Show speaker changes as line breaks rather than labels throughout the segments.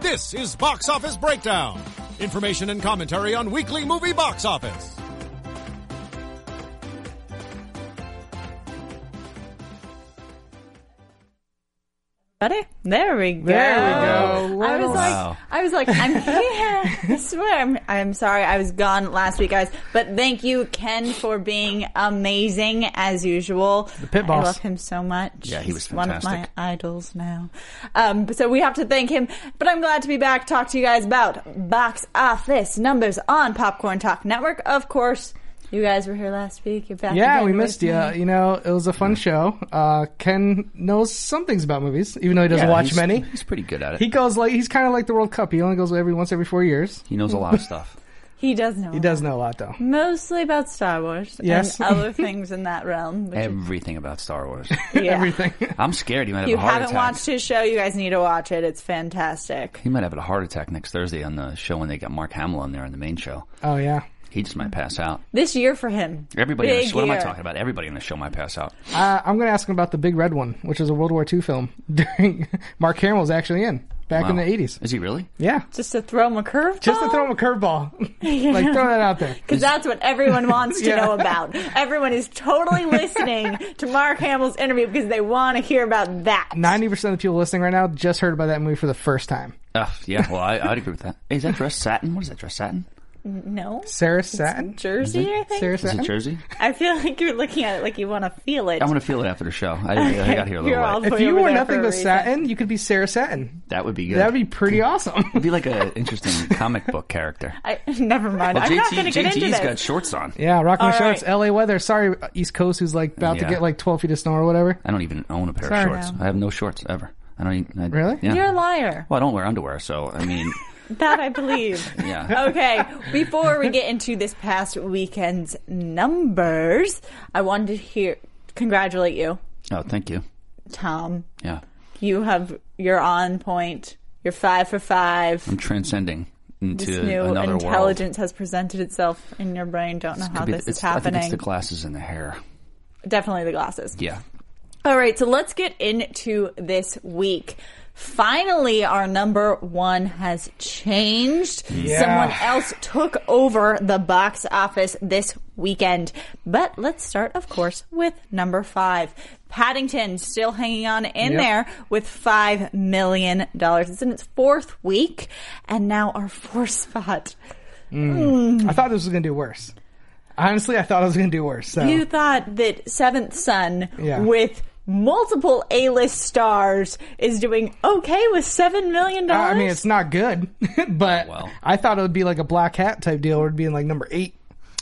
this is Box Office Breakdown. Information and commentary on weekly movie box office.
Ready? There we go.
There we go.
I was like,
Wow.
I was like, I'm here. I swear, I'm, I'm sorry, I was gone last week, guys. But thank you, Ken, for being amazing as usual. The
pit boss.
I love him so much.
Yeah, he was
He's one of my
fantastic.
idols now. Um, so we have to thank him. But I'm glad to be back. Talk to you guys about box office numbers on Popcorn Talk Network. Of course, you guys were here last week. You're back.
Yeah,
again
we
with
missed you.
me.
You know, it was a fun show. Uh, Ken knows some things about movies, even though he doesn't
Yeah,
watch
he's-
many.
He's pretty good at it.
He
He,
goes like he's kind of like the World Cup. He only goes every once every four years.
knows a lot of stuff.
He does know.
He does know a lot though.
Mostly about Star Wars
Yes.
and other things in that realm. Which is,
Everything about Star Wars.
yeah.
Everything.
I'm scared he might have
If you
a heart
haven't
attack.
watched his show, you guys need to watch it. It's fantastic.
he might have a heart attack next Thursday on the show when they got Mark Hamill on there on the main show.
oh yeah.
He just might pass out.
This year for him.
Everybody, on the
Big
show, what am I
year.
talking about? Everybody on the show might pass out.
Uh, I'm going to ask him about the Big Red one, which is a World War II film. During Mark Hamill was actually in back in the
Wow.
80s.
Is he really?
Yeah,
Just to throw him a curve.
just to throw him a curveball, like throw that out there.
Because that's what everyone wants to
Yeah.
know about. Everyone is totally listening to Mark Hamill's interview because they want to hear about that.
Ninety percent of the people listening right now just heard about that movie for the first time.
Ugh, yeah, well, I, I'd agree with that. Hey, is that dress satin? What is that dress satin?
no.
Sarah Satin.
Jersey, I think.
Sarah
Is it
Satin.
jersey?
I feel like you're looking at it like you want to feel it.
I'm gonna feel it after the show. I, I got here
You're
a little
all
late.
If
way
you
over
were
there
nothing
for a
but
reason.
satin, you could be Sarah Satin.
That would be good.
That'd be pretty awesome.
It'd be like an interesting comic book character.
I, never mind.
Well,
I'm not
JT,
going to get into
JT's
this.
got shorts on.
Yeah, rocking the
All
shorts.
right.
LA weather. Sorry, uh, East Coast, who's like about to
Yeah.
get like 12 feet of snow or whatever.
I don't even own a pair
Sorry,
of shorts.
no.
I have no shorts ever. I don't even. I,
Really?
Yeah.
You're a liar.
well, I don't wear underwear, so I mean,
That I believe.
yeah.
okay, before we get into this past weekend's numbers, I wanted to hear congratulate you,
Oh, thank you.
Tom.
Yeah.
You have you're on point. You're five for five.
I'm transcending into
This new
another world.
intelligence has presented itself in your brain. Don't know how
Could be-
this is
it's- I think it's
happening.
the glasses and the hair.
Definitely the glasses.
Yeah.
All right, so let's get into this week. Finally, our number one has changed. Someone else took over the box office this weekend. But let's start, of course, with number five. Paddington still hanging on in
Yep.
there with five million dollars. It's in its fourth week, and now our fourth spot.
I thought this was gonna do worse. Honestly, I thought it was gonna do worse. So
You thought that Seventh Son
Oh. Yeah.
with multiple A-list stars is doing okay with seven million
I
dollars.
I mean, it's not good, but
Oh, Well.
I thought it would be like a black hat type deal, where it'd be in like number eight.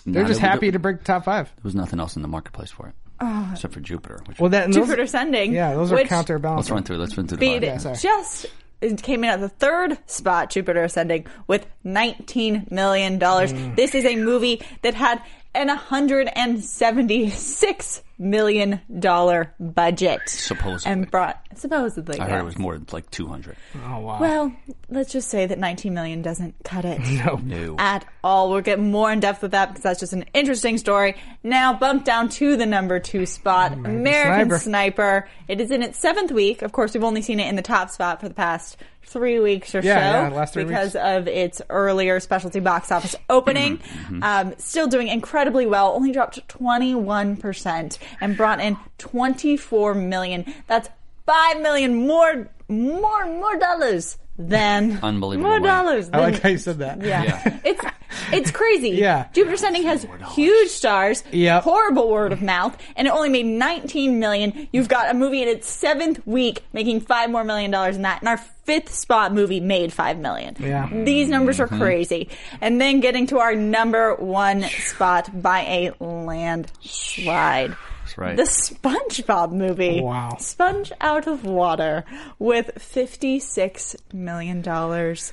They're
No,
just
there-
happy
there-
to break the top five.
There was nothing else in the marmarketplace for it,
Oh.
except for Jupiter. Which,
Well, that and those,
Jupiter Ascending.
yeah, those are
which
let's
counterbalanced.
run through. Let's run through the
beat
podcast.
sorry.
just it came in at the third spot. Jupiter Ascending with nineteen million dollars.
Mm.
This is a movie that had an hundred and seventy-six million dollar budget,
Supposedly.
and brought supposedly.
I
yeah.
heard it was more than like 200.
Oh wow.
Well, let's just say that 19 million doesn't cut it. No.
No.
At all. We'll get more in depth with that because that's just an interesting story. Now, bumped down to the number two spot, American, Sniper.
Sniper.
It is in its seventh week. Of course, we've only seen it in the top spot for the past three weeks or
Yeah,
so
yeah, last three
because
weeks.
of its earlier specialty box office opening.
Mm-hmm.
um, still doing incredibly well. Only dropped 21% and brought in 24 million. That's 5 million more more more dollars than
Unbelievable
more
way.
dollars than
I like how you said that.
yeah.
Yeah.
It's it's crazy.
Yeah.
Jupiter Ascending has huge stars,
Yep.
horrible word of mouth, and it only made 19 million. You've got a movie in its seventh week making five more million dollars than that, and our fifth spot movie made five million.
Yeah.
These numbers
Mm-hmm.
are crazy. And then getting to our number one spot by a landslide. That's
right.
The SpongeBob movie.
Wow.
Sponge out of water with $56 million.
Hey,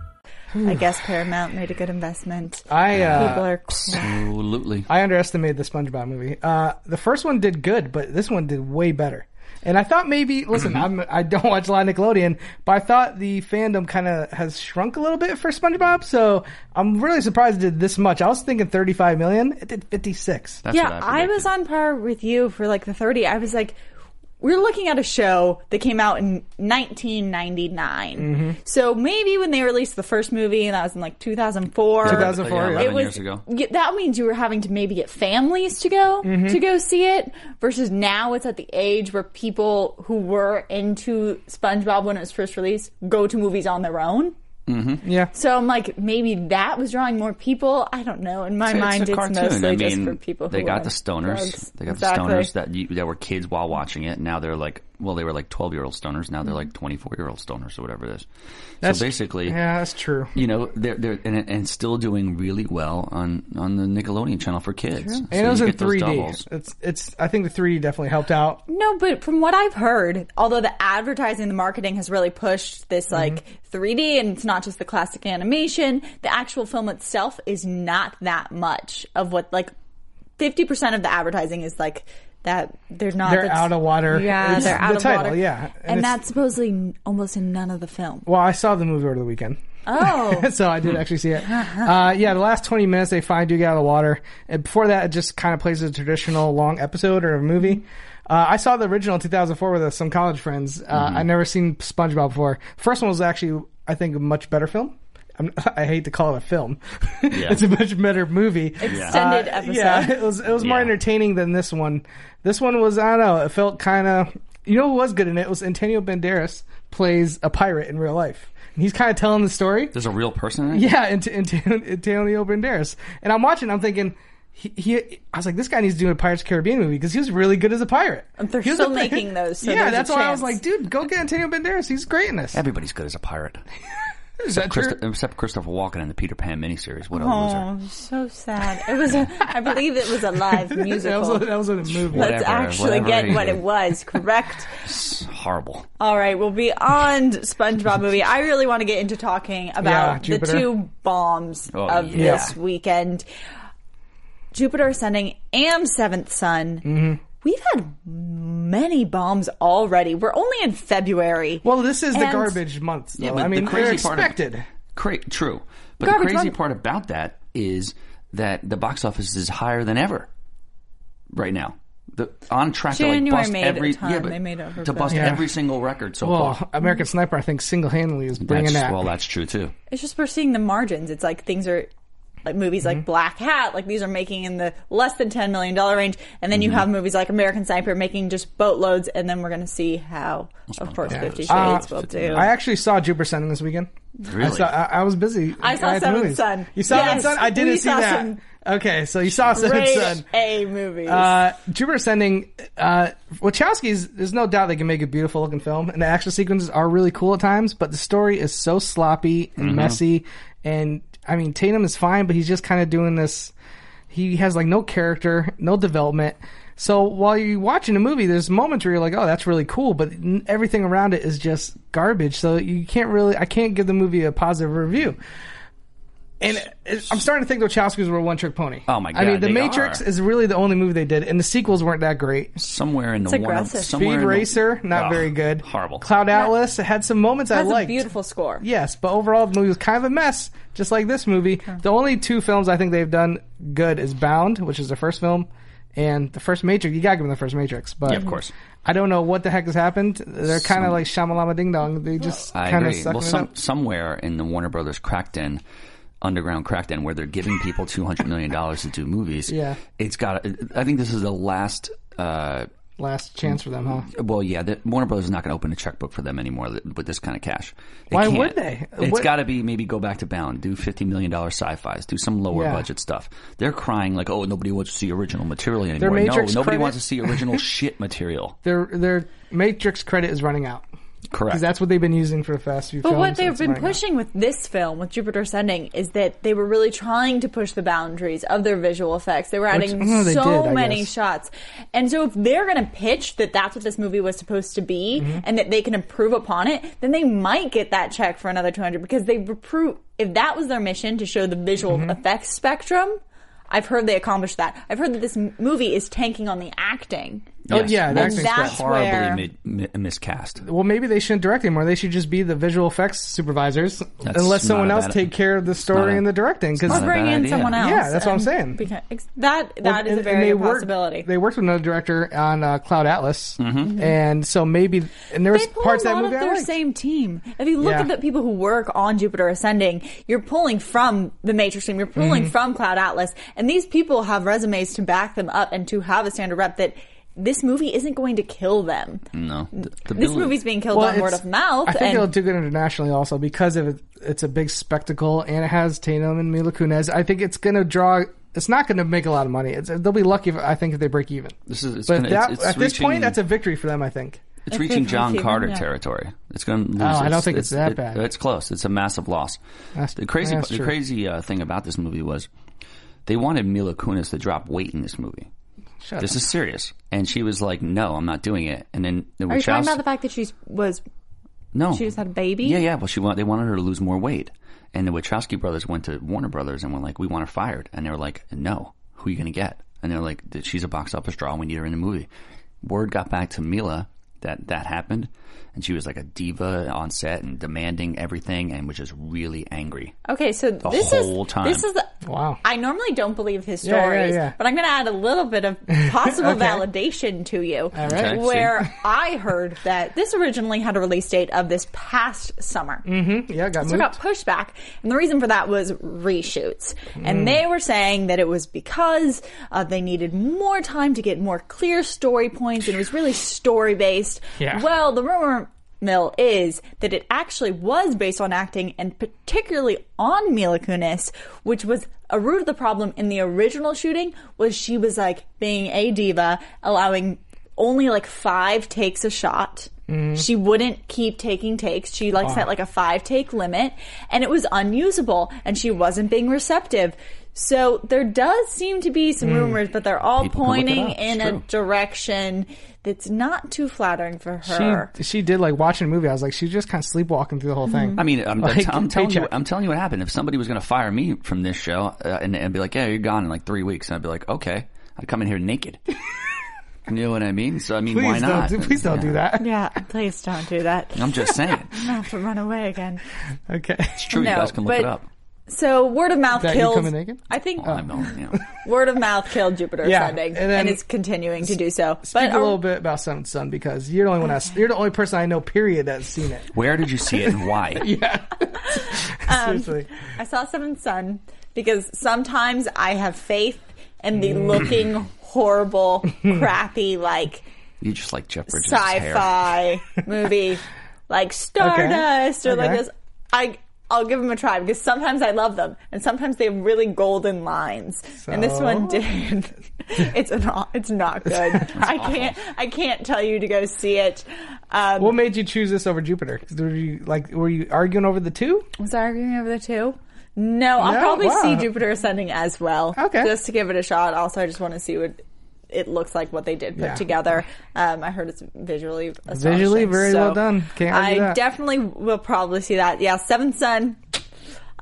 I guess Paramount made a good investment.
I
People
uh,
are cr-
Absolutely.
I underestimated the SpongeBob movie. Uh, the first one did good, but this one did way better. And I thought maybe, listen,
Mm-hmm.
I'm, I don't watch a lot of Nickelodeon, but I thought the fandom kind of has shrunk a little bit for SpongeBob, so I'm really surprised it did this much. I was thinking 35 million, it did 56.
That's
yeah,
what
I, was on par with you for like the 30. I was like, we're looking at a show that came out in 1999.
Mm-hmm.
So maybe when they released the first movie, and that was in like 2004.
2004.
predicted. Yeah, 11
It was-
years ago.
Yeah, that means you were having to maybe get families to go
Mm-hmm.
to go see it versus now it's at the age where people who were into SpongeBob when it was first released go to movies on their own.
Yeah.
So I'm like, maybe that was drawing more people. I don't know. In my mind, it's, mostly
I
just
mean,
for people who
they got
are
the stoners.
drugs.
They got
Exactly.
the stoners that you, that were kids while watching it. Now they're like, well, they were like twelve year old stoners. Now
Mm-hmm.
they're like twenty four year old stoners or whatever it is. so basically,
Yeah, that's true.
you know, they're they're and, and still doing really well on on the Nickelodeon channel for kids. So
And it
you
was in
get those
3D.
doubles.
It's, it's, I think the 3D definitely helped out.
No, but from what I've heard, although the advertising, the marketing has really pushed this like 3D and it's not just the classic animation, the actual film itself is not that much of what like 50% of the advertising is like that there's not
They're
that's-
out of water.
Yeah,
It's
they're out
the
of
title,
water.
yeah. And
And,
it's-
that's supposedly n- almost in none of the film.
Well, I saw the movie over the weekend.
Oh.
so I did actually see it. Uh, yeah, the last 20 minutes they finally do get out of the water. And before that, it just kind of plays a traditional long episode or a movie. Uh, I saw the original in 2004 with uh, some college friends. Uh, i never seen SpongeBob before. First one was actually, I think, a much better film. I'm, I hate to call it a film. it's a much better movie.
Extended
Uh,
episode.
Yeah, it was it was more
Yeah.
entertaining than this one. This one was I don't know. It felt kind of you know who was good in it was Antonio Banderas plays a pirate in real life, and he's kind of telling the story.
There's a real person. In it?
Yeah, and, and, and Antonio Banderas, and I'm watching. I'm thinking. He, he, I was like, this guy needs to do a Pirates of the Caribbean movie because he was really good as a pirate.
They're
He was
still
a-
making those, so
yeah,
there's a
that's why I
chance.
was like, dude, go get Antonio Banderas. He's great in this.
Everybody's good as a pirate,
Is that true?
Christo- except Christopher Walken in the Peter Pan miniseries. What a loser!
Oh, so sad. It was, a, I believe it was a live
That
musical.
was, that was in a movie.
Let's
Whatever,
actually
whatever
get
he
what
did.
it was, correct?
It's horrible.
All right. Well, beyond SpongeBob movie, I really want to get into talking
Yeah,
about the
Jupiter.
two bombs
Oh,
of
yeah.
this weekend: Jupiter Ascending and Seventh Son. We've had many bombs already. We're only in February.
Well, this is the
And-
garbage month. Though.
Yeah, but
I mean,
the crazy
they're
part
expected.
Of, cra- true, but
Garbage
the crazy
money.
part about that is that the box office is higher than ever right now. The on track to
January
like bust
made a
every
ton.
yeah, but
They made over
to bust
billion.
every single record so
Well,
far.
American Sniper, I think, single handedly is bringing
That's,
that.
well, that's true too.
it's just we're seeing the margins. It's like things are like movies
Mm-hmm.
like Black Hat, like these are making in the less than ten million dollar range, and then you
Mm-hmm.
have movies like American Sniper making just boatloads, and then we're going to see how, of course, Fifty Shades
Uh,
will do.
I actually saw Jupiter Ascending this weekend. I,
Really?
saw, I, I was busy.
I saw
had
Seventh
movies.
Son.
You saw
Yes,
Seventh Son? I
we
didn't see
saw
that.
some
Okay, so you saw Seventh
Great
Son.
A movies.
Uh, Jupiter Ascending, uh, Wachowski's, there's no doubt they can make a beautiful looking film, and the action sequences are really cool at times, but the story is so sloppy and messy, and I mean, Tatum is fine, but he's just kind of doing this, he has like no character, no development. So while you're watching a movie, there's moments where you're like, oh, that's really cool, but n- everything around it is just garbage, so you can't really, I can't give the movie a positive review. And it- I'm starting to think the Wachowskis were one trick pony.
Oh my
I mean,
God,
The
they
Matrix
are.
is really the only movie they did, and the sequels weren't that great.
Somewhere in the Warner,
aggressive.
somewhere
Speed
in the-
Racer, not
Ugh,
very good.
Horrible.
Cloud Atlas had some moments I
That's a
liked.
beautiful score.
Yes, but overall the movie was kind of a mess, just like this movie. The only two films I think they've done good is Bound, which is the first film, and the first Matrix. You gotta give them the first Matrix, but
Yeah, of course.
I don't know what the heck has happened. They're kind of like Shamalama Ding Dong. They just
I
kind of
agree.
sucking
Well,
it
some,
up.
somewhere in the Warner Brothers Crackden, underground Crackden, where they're giving people two hundred million dollars to do movies.
Yeah.
it's got. I think this is the last uh,
last chance for them, huh?
Well, yeah, the, Warner Brothers is not going to open a checkbook for them anymore th- with this kind of cash.
Why
can't.
would they?
It's
What-
got to be maybe go back to Bound, do fifty million dollar sci-fi's, do some lower
Yeah.
budget stuff. They're crying like, oh, nobody wants to see original material anymore. no,
Matrix
nobody
credit-
wants to see original shit material.
Their their Matrix credit is running out
Correct.
because that's what they've been using for the past few.
But
films,
what
and
they've
it's
been
running out.
pushing with this film, with Jupiter Ascending, is that they were really trying to push the boundaries of their visual effects. They were adding
oh, they
so
did, I
many
guess.
shots. And so if they're going to pitch that that's what this movie was supposed to be
Mm-hmm.
and that they can improve upon it, then they might get that check for another 200 because they repro if that was their mission to show the visual
Mm-hmm.
effects spectrum, I've heard they accomplished that. I've heard that this m- movie is tanking on the acting.
Oh, yeah,
Well,
that's-
that's
horribly
where-
mi- mi- miscast.
Well, maybe they shouldn't direct anymore. They should just be the visual effects supervisors, unless
not
someone
a
else
bad-
take care of the story
not a-
and the directing. Because
it's
Or
not a
bring
bad
in
idea.
someone else.
Yeah, that's what I'm
and
saying.
beca- ex- that that is a
and- and
very
they
good
worked-
possibility.
They worked with another director on uh, Cloud Atlas,
Mm-hmm.
and so maybe and there was
they pull
parts
a
of
lot
that
of
movie I
their
liked.
same team. If you look
Yeah.
at the people who work on Jupiter Ascending, you're pulling from the Matrix team, you're pulling
Mm-hmm.
from Cloud Atlas, and these people have resumes to back them up and to have a standard rep that this movie isn't going to kill them.
No, the, the
This
bill-
movie's being killed on
Mm. it's-
word of mouth.
I think
and
it'll do good internationally also because of it, it's a big spectacle and it has Tatum and Mila Kunis. I think it's going to draw. It's not going to make a lot of money. It's, they'll be lucky, if, I think, if they break even.
This is- it's
but
gonna-
that,
it's- it's
at this
reaching-
point, that's a victory for them. I think.
It's reaching
it's
John
reaching,
Carter
yeah.
territory. It's going to lose.
Oh, I don't
its-
think it's that bad.
It's close. It's a massive loss.
That's-
the crazy,
that's
the
true.
crazy uh, thing about this movie was they wanted Mila Kunis to drop weight in this movie. this is serious, and she was like, "No, I'm not doing it." And then the
are you talking
Wachowski-
about the fact that she was
no,
she just had a baby?
Yeah, yeah. Well, she want, they wanted her to lose more weight, and the Wachowski brothers went to Warner Brothers and were like, "We want her fired," and they were like, "No, who are you going to get?" And they're like, "Th- "She's a box office draw. We need her in the movie." Word got back to Mila that that happened, and she was like a diva on set and demanding everything, and was just really angry.
Okay, so this
whole
is
time.
this is the
Wow.
I normally don't believe his
Yeah, yeah,
stories,
yeah.
but I'm going to add a little bit of possible validation to you.
right. Okay,
where I heard that this originally had a release date of this past summer.
Mm-hmm. Yeah, it got
So it
moved.
got pushed back, and the reason for that was reshoots.
Mm.
And they were saying that it was because uh, they needed more time to get more clear story points, and it was really story based.
Yeah.
Well, the rumor mill is that it actually was based on acting, and particularly on Mila Kunis, which was a root of the problem in the original shooting. Was she was like being a diva, allowing only like five takes a shot.
Mm-hmm.
She wouldn't keep taking takes. She like
Oh.
set like a five take limit and it was unusable and she wasn't being receptive. So there does seem to be some rumors, but they're all
Mm. People can look it
pointing
up. It's
in a
true.
direction that's not too flattering for her.
she she did like watching a movie. I was like, she's just kind of sleepwalking through the whole thing.
I mean, I'm, I'm
Like,
tell- I'm telling you,
paycheck.
I'm telling you what happened. If somebody was going to fire me from this show uh, and, and be like, "Yeah, you're gone in like three weeks," and I'd be like, "Okay," I'd come in here naked. you know what I mean? So I mean,
please
why not?
don't do, please don't
Yeah.
do that.
yeah, please don't do that.
I'm just saying.
I have to run away again.
Okay.
It's true.
No,
you guys can look
but-
it up.
So word of mouth
That you
killed.
coming naked? Oh,
I think
I know, yeah.
word of mouth killed Jupiter
Yeah,
Ascending,
and
and,
then-
it's continuing to do so.
Speak
But um,
a
our-
little bit about Seventh Son because you're the only one. I, you're the only person I know. Period. That's seen it.
Where did you see it and why?
Seriously.
I saw Seventh Son because sometimes I have faith in the
Mm.
looking horrible, crappy, like
You just like Jeff Bridges' hair.
sci-fi movie, like Stardust or like
okay.
this. I I'll give them a try because sometimes I love them and sometimes they have really golden lines. And this one did. it's not. It's not good. I can't. I can't tell you to go see it. Um,
What made you choose this over Jupiter? 'Cause Were you like were you arguing over the two?
Was I arguing over the two? No, I'll
No?
probably
Wow.
see Jupiter Ascending as well.
Okay.
Just to give it a shot. Also, I just want to see what it looks like, what they did put
Yeah.
together. Um, I heard it's visually astonishing,
Visually very
so
well done. Can't argue
I
that.
definitely will probably see that. Yeah, Seventh Son.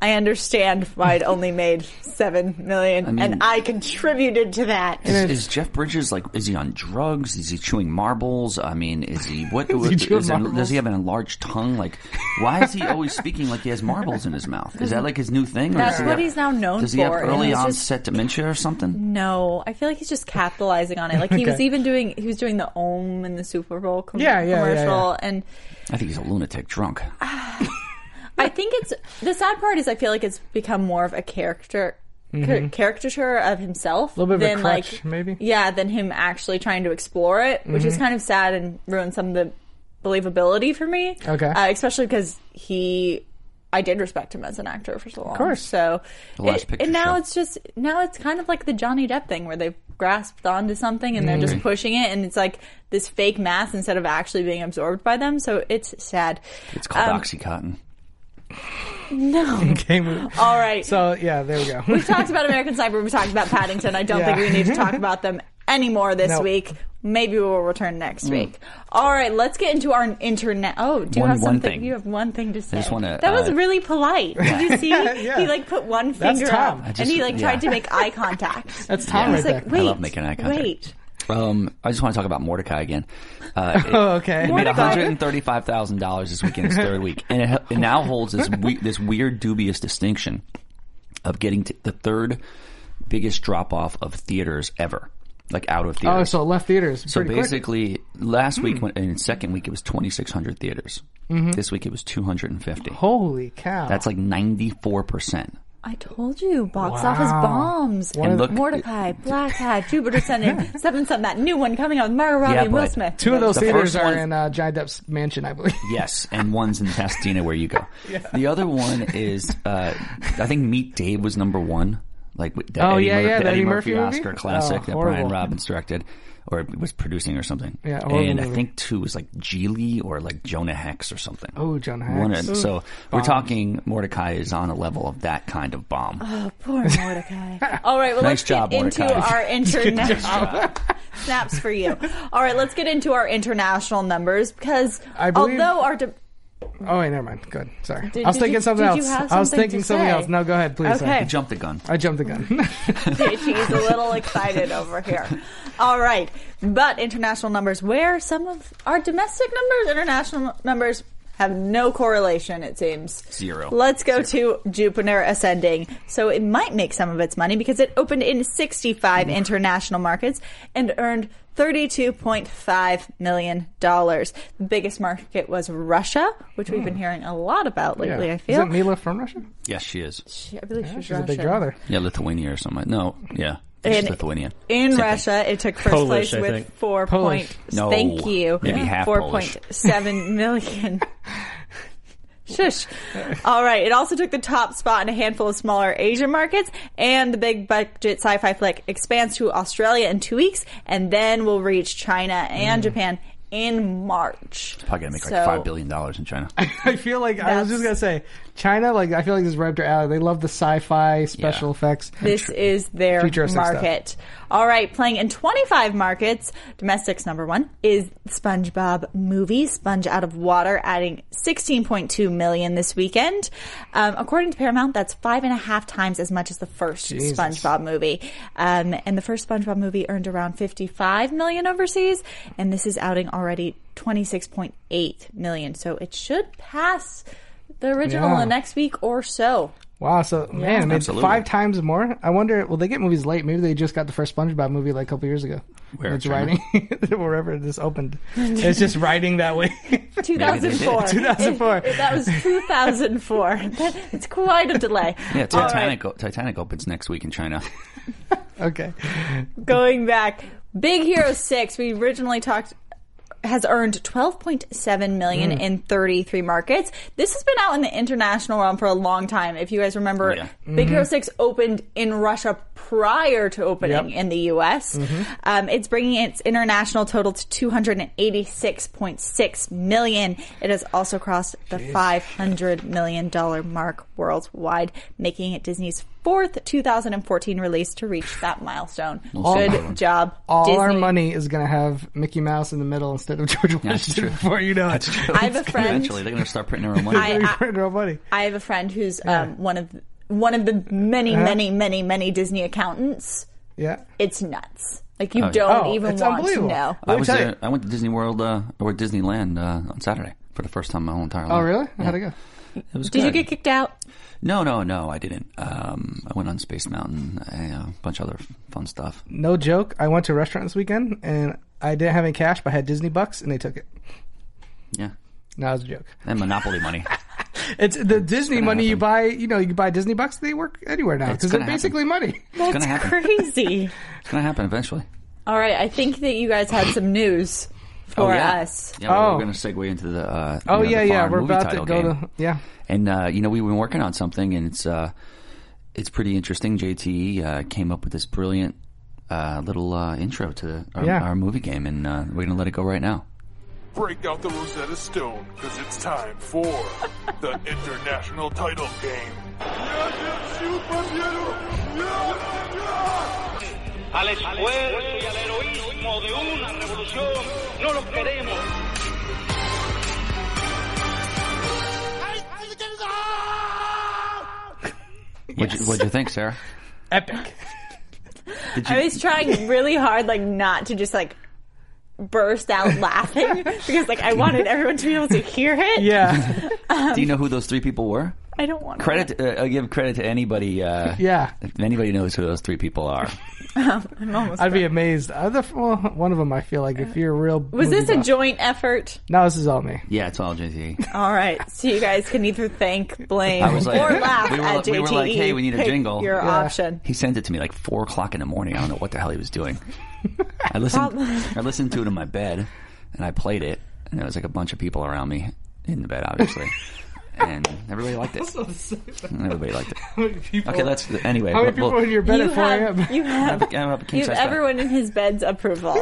I understand why it only made seven million, and I contributed to that.
Is, is Jeff Bridges like? Is he on drugs? Is he chewing marbles? I mean, is he what?
he
is
chewing
it- does
marbles?
he have an enlarged tongue? Like, why is he always speaking like he has marbles in his mouth? Is that like his new thing? Or
That's
does he
what
have-
he's now known
Does he have
for, and
early
he's just-
onset dementia or something?
No, I feel like he's just capitalizing on it. Like he was
Okay.
even doing, he was doing the Ohm in the Super Bowl com-
Yeah, yeah, yeah,
commercial,
yeah.
and
I think he's a lunatic drunk.
I think it's the sad part is I feel like it's become more of a character car- caricature of himself
Little bit of Mm-hmm. a
than
crutch,
like
maybe? Mm-hmm.
yeah than him actually trying to explore it which is kind of sad and ruins some of the believability for me
Okay.
uh, especially because he I did respect him as an actor for so long of
course.
so
Last
it-
Picture
and now
Show.
it's just now it's kind of like the Johnny Depp thing where they've grasped onto something and they're
Mm.
just pushing it and it's like this fake mass instead of actually being absorbed by them so it's sad
It's called
Um,
OxyContin.
no
Okay, we-
all right
so yeah, there we go.
we talked about American Sniper. We talked about Paddington. I don't
Yeah.
think we need to talk about them anymore this
No.
week. Maybe we'll return next week. All right, let's get into our internet. Oh, do you
Hmm. One-
have
one
something?
thing.
You have one thing to say.
just wanna,
that was
uh,
really polite. Did you see?
Yeah.
He like put one
That's
finger
Tom.
up
I
and
just-
he like
yeah.
tried to make eye contact.
That's Tom
I
right
was
there.
like, wait,
I love making eye contact.
Wait,
Um, I just want to talk about Mordecai again. Uh, it-
Oh, okay.
It made
Mordecai.
one hundred and thirty-five thousand dollars this weekend, his third week, and it, it now holds this we, this weird, dubious distinction of getting to the third biggest drop off of theaters ever, like out of
Oh,
theaters.
so it left theaters.
So
pretty quick. Hmm.
basically, last week when, and second week it was twenty six hundred theaters.
Mm-hmm.
This week it was two hundred and fifty.
holy cow!
That's like ninety four percent.
I told you, box office bombs.
And look-
Mordecai, Black Hat, Jupiter Ascending, Seven Son, that new one coming out with Margot Robbie
Yeah,
and Will
but
Smith.
two of those
the
theaters
first
are
one-
in uh, Johnny Depp's mansion, I believe.
Yes, and one's in Pasadena where you go. The other one is, uh, I think Meet Dave was number one. Like with the
Oh,
Eddie
yeah,
Mur-
yeah,
the
the
Eddie
Eddie
Murphy,
Murphy
Oscar
movie?
classic
Oh,
that
horrible.
Brian Robbins directed or was producing or something.
Yeah, horrible
and I
movie.
think two was like Geely or like Jonah Hex or something.
Oh, Jonah
One
Hex.
of- so we're talking Mordecai is on a level of that kind of bomb.
Poor Mordecai. All right, well,
Nice
let's
job,
get into
Mordecai.
our international snaps for you. All right, let's get into our international numbers because
I believe-
although our de-
Oh wait, never mind. Good. Sorry.
Did-
I was
did you-
thinking something
did you
else.
have
I was
something
thinking
to
something
say?
else. No, go ahead, please. sorry.
Okay.
He jumped the gun.
I jumped the gun.
she's a little excited over here. All right, but international numbers where some of our domestic numbers, international numbers have no correlation. It seems
Zero.
Let's go to Jupiter ascending. So it might make some of its money because it opened in 65 international markets and earned 32.5 million dollars. The biggest market was Russia, which
Mm.
we've been hearing a lot about lately. I
Is
feel.
that Mila from Russia?
Yes, she is.
I believe she was
She's a big
Russian.
draw there.
Yeah, Lithuania or something. No, yeah. She's
And
Lithuanian.
In
Same thing.
Russia, it took first
Polish,
place
I
with
think.
four
Polish.
point.
No,
thank you.
maybe half
four
Polish.
point seven million. Shush. All right. It also took the top spot in a handful of smaller Asian markets, and the big budget sci-fi flick expands to Australia in two weeks, and then will reach China and Japan in March.
Mm. Probably going to make
So-
like $5 billion in China.
I feel like I was just gonna
That's-
say China. Like I feel like this is right up their alley. They love the sci-fi special
Yeah.
effects.
This is their
Futuristic
market. All right, playing in 25 markets. Domestics number one is SpongeBob movie, Sponge Out of Water, adding 16.2 million this weekend. Um, according to Paramount, that's five and a half times as much as the first SpongeBob movie. Um, and the first SpongeBob movie earned around 55 million overseas, and this is outing already 26.8 million. So it should pass the original
Yeah.
the next week or so.
Wow. So man, it made
Absolutely.
five times more. I wonder. Well, they get movies late. Maybe they just got the first SpongeBob movie like a couple years ago.
Where,
it's
China?
writing wherever this opened. it's just writing that way.
2004.
2004.
If- if that was 2004. That- it's quite a delay.
Yeah,
All right,
Titanic, Titanic opens next week in China.
okay.
going back, Big Hero 6, we originally talked has earned 12.7 million
Mm.
in 33 markets. This has been out in the international realm for a long time. If you guys remember,
Yeah.
Big Hero
Mm-hmm.
6 opened in Russia prior to opening
Yep. Mm-hmm.
in the US. Um, it's bringing its international total to 286.6 million. It has also crossed the 500 million dollar mark worldwide, making it Disney's fourth 2014 release to reach that milestone. Good job.
All our
Disney.
money is gonna have Mickey Mouse in the middle instead of George Washington.
true.
Before you know it,
I have a friend.
Eventually, they're going to start printing their own money.
I-
We're printing our own money.
I have a friend who's um, one of one of the many,
Uh-huh.
many, many, many Disney accountants.
Yeah.
It's nuts. Like you
yeah.
don't
Oh,
even
it's
want to
unbelievable.
know.
Let
I
me
was
tell
there,
you.
I went to Disney World uh, or Disneyland uh, on Saturday for the first time in my whole entire life.
Oh really? How'd it go?
It was
Did you
good.
get kicked out?
No, no, no. I didn't. Um, I went on Space Mountain, and uh, a bunch of other f- fun stuff.
No joke. I went to a restaurant this weekend and I didn't have any cash, but I had Disney bucks, and they took it.
Yeah,
No, it was a joke.
and Monopoly money.
It's the Disney money you buy. You know, you can buy Disney bucks. They work anywhere now
It's
because they're
gonna happen.
basically money.
It's gonna
That's
happen.
crazy.
It's gonna happen eventually.
All right, I think that you guys had some news for us.
Oh, Yeah, well,
Oh.
we're gonna segue into the. Uh,
Oh yeah,
you know, the
yeah.
foreign
We're
movie
about to
title
go
game.
to yeah.
And uh, you know, we've been working on something, and it's uh, it's pretty interesting. JTE uh, came up with this brilliant uh, little uh, intro to the, our,
Yeah.
our movie game, and uh, we're gonna let it go right now.
Break out the Rosetta Stone, because it's time for the international title game.
al esfuerzo y al heroísmo de una revolución. No los queremos.
What'd, you, what'd you think, Sarah?
Epic.
I was trying really hard, like not to just like burst out laughing because like I wanted everyone to be able to hear it.
Yeah,
Do you know who those three people were?
I don't want
Credit. Uh, I give credit to anybody. Uh,
yeah.
If anybody knows who those three people are,
I'm almost.
I'd be amazed. Other well, one of them. I feel like if you're a real
was
movie
this a
buff-
joint effort?
No, this is all me.
yeah, it's all JTE.
All right, so you guys can either thank, blame,
I was like-
or laugh
we were-
at JTE.
we were like, hey, we need a
Pick
jingle.
Your
Yeah.
option.
He sent it to me like four o'clock in the morning. I don't know what the hell he was doing. I listened. I listened to it in my bed, and I played it, and there was like a bunch of people around me in the bed, obviously, and everybody liked it. Everybody liked it. Okay, let's anyway.
How many
we'll-
people
we'll-
in your bed
You
at 4 a.m.?
have, you have,
I'm up at
you
king
have
size bed.
everyone in his bed's approval.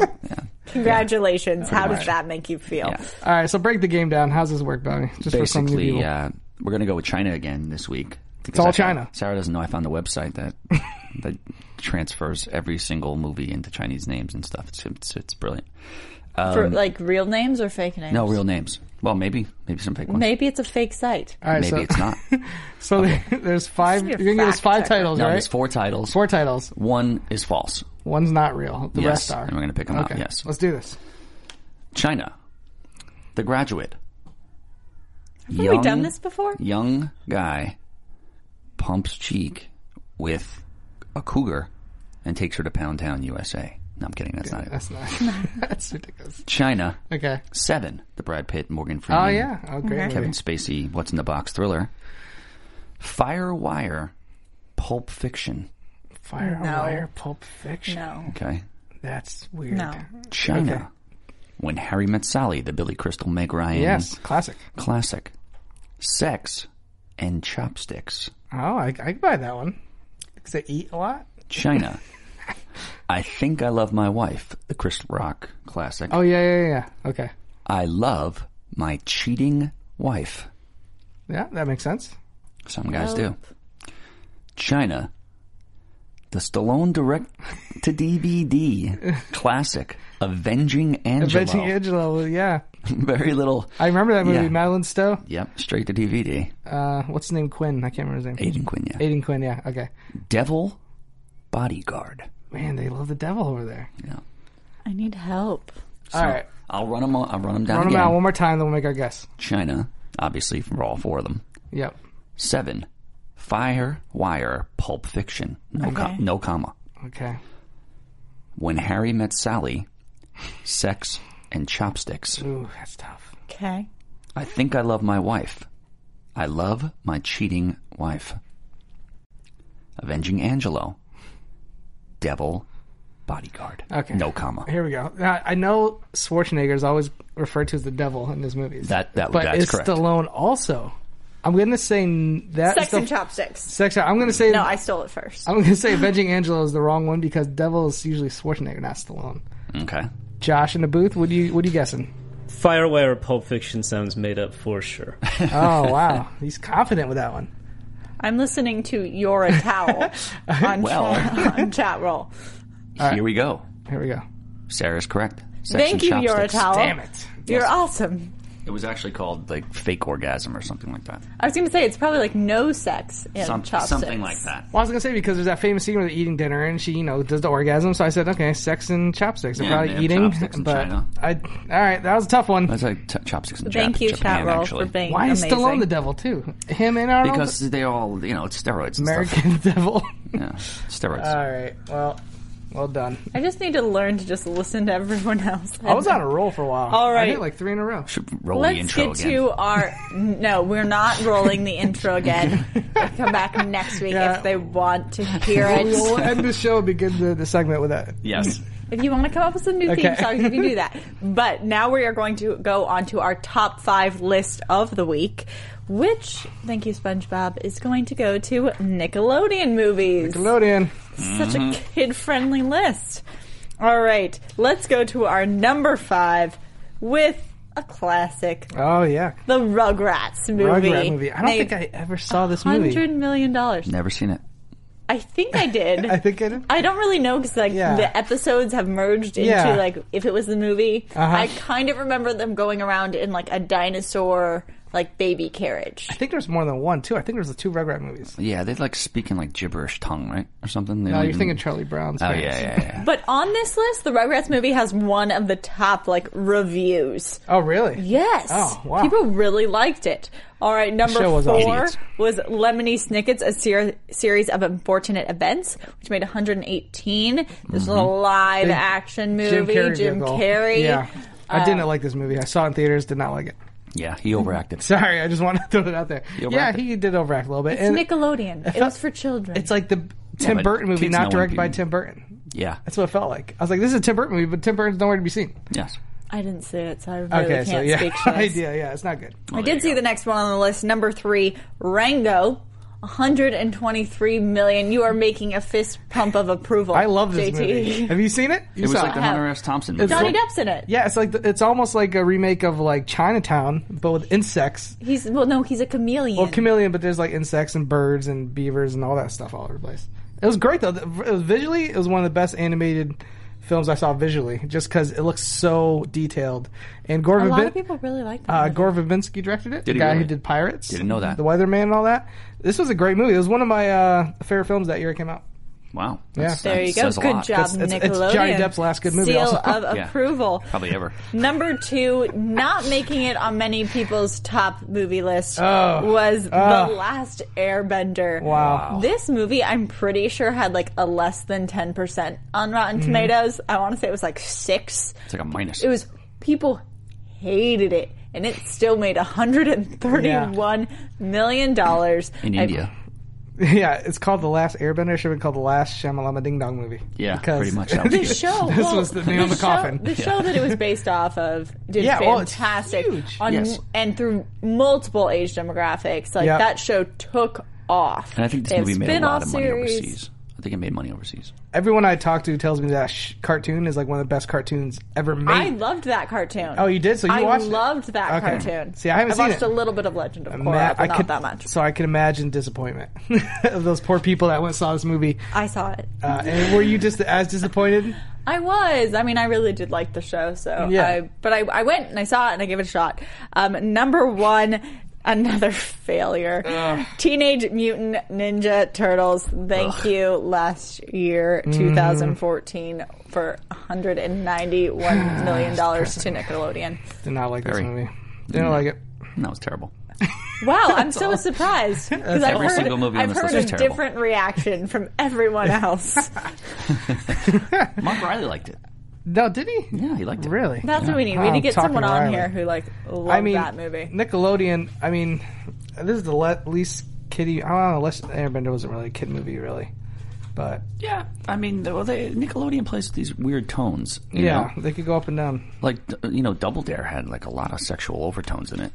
Congratulations. How does
much.
that make you feel?
Yeah.
All right, so break the game down. How's this work, Bounty? Just for some new
basically,
people.
uh, we're gonna go with China again this week. It's
all China.
Sarah doesn't know. I found the website that that transfers every single movie into Chinese names and stuff. It's it's, it's brilliant.
For like real names or fake names?
um, No real names. Well, maybe maybe some fake ones.
Maybe it's a fake site.
all right,
Maybe
so,
it's not. No,
So there- there's five.
Just
You're
need a
gonna give us
fact
five
checker.
titles, right?
there's four titles.
Four titles.
One is false.
One's not real. The
Yes,
rest are.
and we're gonna pick 'em out,
okay.
yes.
Let's do this.
China. The Graduate.
Have we done this before?
Young guy pumps cheek with a cougar and takes her to Pound Town, USA. No, I'm kidding. That's not it.
That's not. that's ridiculous.
China.
Okay.
Seven. The Brad Pitt, Morgan Freeman,
Mm.
Oh yeah. Oh great. movie.
Kevin Spacey, What's in the Box thriller. Firewire. Pulp Fiction.
Firewire, Pulp Fiction.
No.
Okay.
That's weird.
No.
China. When Harry Met Sally, the Billy Crystal, Meg Ryan
Yes, classic.
classic. Sex and chopsticks.
Oh, I, I can buy that one. Cause they eat a lot.
China. I think I love my wife, the Chris Rock classic.
Oh yeah, yeah, yeah. yeah. Okay.
I love my cheating wife.
Yeah, that makes sense.
Some guys do. China. The Stallone direct to DVD classic, Avenging Angelo.
Avenging Angelo. Yeah,
Very little.
I remember that movie.
Yeah.
Madeline Stowe.
Yep, straight to DVD.
Uh, what's his name? Quinn. I can't remember his name.
Aiden Quinn, yeah.
Aiden Quinn. Yeah. Okay.
Devil Bodyguard.
Man, they love the devil over there.
Yeah.
I need help.
All right,
I'll run them. I'll run them down
run them
again.
out one more time, then we'll make our guess.
China, obviously for all four of them.
Yep.
Seven, Fire Wire, Pulp Fiction, no, com- no comma.
Okay.
When Harry Met Sally, Sex and Chopsticks.
Ooh, that's tough.
Okay.
I think I love my wife. I love my cheating wife. Avenging Angelo, Devil Bodyguard.
Okay.
no comma.
Here we go. Now, I know Schwarzenegger is always referred to as the devil in his movies.
That- that-
but
that's
is
correct.
Stallone also? I'm gonna say n- that.
Sex
stuff-
and chopsticks.
Sex. I'm gonna say.
No, I stole it first.
Uh, I'm gonna say Avenging Angelo is the wrong one because devil is usually Schwarzenegger, not Stallone.
Okay,
Josh in the booth. What do you What are you guessing?
Firewire or Pulp Fiction sounds made up for sure.
Oh wow, he's confident with that one.
I'm listening to You're a Towel on,
Well.
chat, on chat roll.
here we go.
Here we go.
Sarah's correct. Sex
Thank
and
you, You're a
Chopsticks.
Towel.
Damn it.
You're awesome.
It was actually called like fake orgasm or something like that.
I was going to say, it's probably like no sex in
Some-
chopsticks.
something like that.
Well, I was gonna say because there's that famous scene where they're eating dinner and she, you know, does the orgasm. So I said, okay, sex and chopsticks. They're
Yeah, they
probably
have
eating,
chopsticks in
but
China.
I. All right, that was a tough one.
That's like t- chopsticks in
Thank
Jap-
you,
Japan,
chat roll,
actually.
for being
Why is
amazing.
Stallone the devil too? Him and Arnold.
Because they all, you know, it's steroids. And stuff.
American devil.
Uh,
Yeah, steroids.
All right. Well, Well done.
I just need to learn to just listen to everyone else.
I was on a roll for a while.
All
I
right.
did like three in a row.
Should roll
Let's
the intro
get
again.
to our. No, we're not rolling the intro again. We'll come back next week
Yeah.
if they want to hear it.
We'll end the show and begin the, the segment with that.
Yes.
If you want to come up with some new theme
Okay.
songs, you can do that. But now we are going to go on to our top five list of the week, which, thank you, SpongeBob, is going to go to Nickelodeon movies.
Nickelodeon.
Such a kid friendly list. All right, let's go to our number five with a classic
Oh yeah,
the Rugrats movie.
Rugrat movie. I don't
Made
think I ever saw this
$100
movie.
million dollars.
Never seen it.
I think I did.
I think I did.
I don't really know because like
Yeah.
the episodes have merged into
Yeah.
like if it was the movie.
Uh-huh.
I kind of remember them going around in like a dinosaur like baby carriage.
I think there's more than one too. I think there's the two Rugrat movies.
Yeah, they like speak in like gibberish tongue, right, or something. They
No,
don't
you're
even-
thinking Charlie Brown's.
Oh yeah,
parents.
yeah, yeah.
But on this list, the Rugrats movie has one of the top like reviews.
Oh really?
Yes,
Oh, wow.
people really liked it. All right, number
show was
four
idiots.
was Lemony Snicket's a ser- series of unfortunate events, which made 118. This was a live action movie.
Mm-hmm. Jim Carrey.
Jim
vehicle.
Carrey. Uh,
Yeah. I didn't like this movie. I saw it in theaters. Did not like it.
Yeah, he
Mm-hmm.
overacted.
Sorry, I just wanted to throw it out there. Yeah,
overacted.
he did overact a little bit.
It's Nickelodeon. It was for children.
It's like the Tim
but
Burton movie,
kids know
not
when
directed by
people-
Tim Burton.
Yeah.
That's what it felt like. I was like, this is a Tim Burton movie, but Tim Burton's nowhere to be seen.
Yes.
I didn't see it, so I really
Okay,
can't
so yeah,
speak to this.
idea, yeah, it's not good.
I did see the next one on the list, number three, Rango. 123 million. You are making a fist pump of approval.
I love this
JT.
movie. Have you seen it? You
It was
saw
like the
it.
Hunter S. Thompson.
Johnny
movie.
Depp's in it.
yeah, it's like the, it's almost like a remake of like Chinatown, but with insects.
He's well, no, he's a chameleon.
Well, chameleon, but there's like insects and birds and beavers and all that stuff all over the place. It was great though. The- It was visually, it was one of the best animated films I saw visually, just because it looks so detailed. And
a
Gore
lot
Verbin-
of people really like that.
uh,
movie.
Gore Verbinski directed it.
Did
the
he
guy who
really?
did Pirates,
Didn't know that.
The Weatherman and all that. This was a great movie. It was one of my uh, favorite films that year it came out.
Wow.
Yeah.
there you go.
Says a
Good
lot.
job,
It's- it's-
Nickelodeon.
it's Johnny Depp's last good movie
Seal
also.
of
Yeah.
approval.
Probably ever.
Number two, not making it on many people's top movie list, was The Last Airbender.
Oh. Wow.
This movie, I'm pretty sure, had like a less than 10% on
Mm-hmm.
Rotten Tomatoes. I want to say it was like six.
It's like a minus.
It was, people hated it. And it still made 131 million dollars
in India.
Yeah, it's called The Last Airbender. It should have been called The Last Shamalama Ding Dong Movie.
Yeah,
Because-
pretty much. That would be
The
it.
show.
This
well,
was the nail in the
show-
coffin.
The show that it was based off of did
Yeah, well, it's
fantastic
huge.
on
Yes.
and through multiple age demographics. Like
Yep.
that show took off.
And I think
They
this
have
movie made a
spin-off
lot of money
series.
overseas. I think it made money overseas.
Everyone I talk to tells me that sh- cartoon is like one of the best cartoons ever made.
I loved that cartoon.
Oh, you did? So you
I
watched it?
loved that
Okay.
cartoon.
See, I haven't
I
seen
watched
it.
a little bit of Legend of Korra,
Ma-
but
I
not
could-
that much.
So I can imagine disappointment of those poor people that went and saw this movie.
I saw it.
Uh, and were you just as disappointed?
I was. I mean, I really did like the show. So,
Yeah.
I, but I, I went and I saw it and I gave it a shot. Um, number one, another failure. Teenage Mutant Ninja Turtles. Thank you last year,
Mm.
2014, for 191 million dollars to Nickelodeon.
Did not like
Very.
this
Mm.
movie. Didn't like it.
And that was terrible.
Wow, I'm so surprised because I've
Every
heard,
single movie on
I've
this
heard
list
a
is terrible.
different reaction from everyone else.
Mark Riley liked it.
No, did he?
Yeah, he liked it.
Really?
That's what we need. We need to
I'm
get
talking
someone on
Riley.
here who like loved
I mean,
that movie.
Nickelodeon. I mean, this is the le- least kiddie. I don't know. Less Airbender wasn't really a kid movie, really. But
Yeah, I mean, well, they, Nickelodeon plays with these weird tones. You
yeah,
know?
they could go up and down.
like d- you know, Double Dare had like a lot of sexual overtones in it.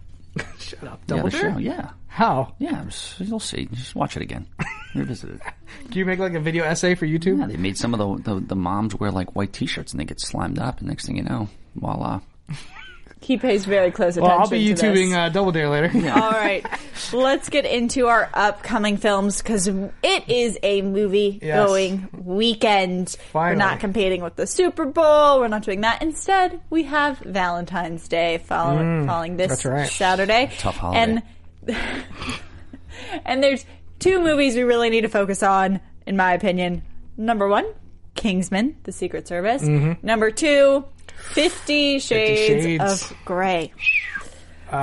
Shut up,
yeah,
Double
the
Dare.
show. Yeah,
How?
yeah. it was- You'll see. Just watch it again. Revisit it.
Do you make like a video essay for YouTube?
Yeah, they made some of the, the the moms wear like white T-shirts and they get slimed up, and next thing you know, voila.
He pays very close attention.
well, I'll be
to this.
YouTubing uh, Double Dare later.
All right, let's get into our upcoming films because it is a movie going weekend.
Finally.
We're not competing with the Super Bowl. We're not doing that. Instead, we have Valentine's Day following following this
Mm, that's right.
Saturday.
Tough holiday.
And and there's two movies we really need to focus on, in my opinion. Number one, Kingsman: The Secret Service.
Mm-hmm.
Number two, Fifty Shades,
Shades.
of Grey. oh,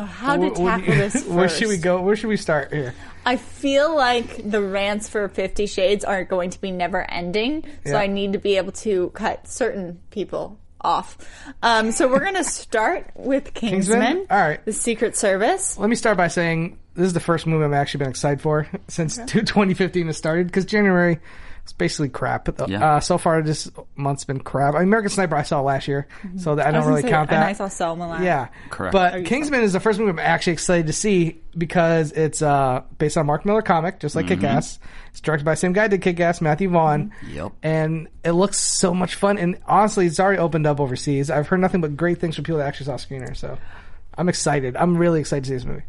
how to
Wh- wh-
tackle this?
Where should we
first?
go? Where should we start here?
I feel like the rants for Fifty Shades are going to be never ending, so
Yeah.
I need to be able to cut certain people off. Um, so we're gonna start with Kingsman.
Kingsman? All right.
the Secret Service.
Let me start by saying this is the first movie I've actually been excited for since 2015 has started because January was basically crap.
Yeah.
Uh, so far, this month's been crap. American Sniper I saw last year, so that I don't
was gonna
really
say,
count that.
And Mm-hmm. I saw Selma last.
Yeah,
Correct.
But Kingsman is the first movie I'm actually excited to see because it's uh, based on a Mark Miller comic, just like
Mm-hmm.
Kick-Ass. It's directed by the same guy that did Kick-Ass, Matthew Vaughn.
Yep.
And it looks so much fun. And honestly, it's already opened up overseas. I've heard nothing but great things from people that actually saw screener. So I'm excited. I'm really excited to see this movie.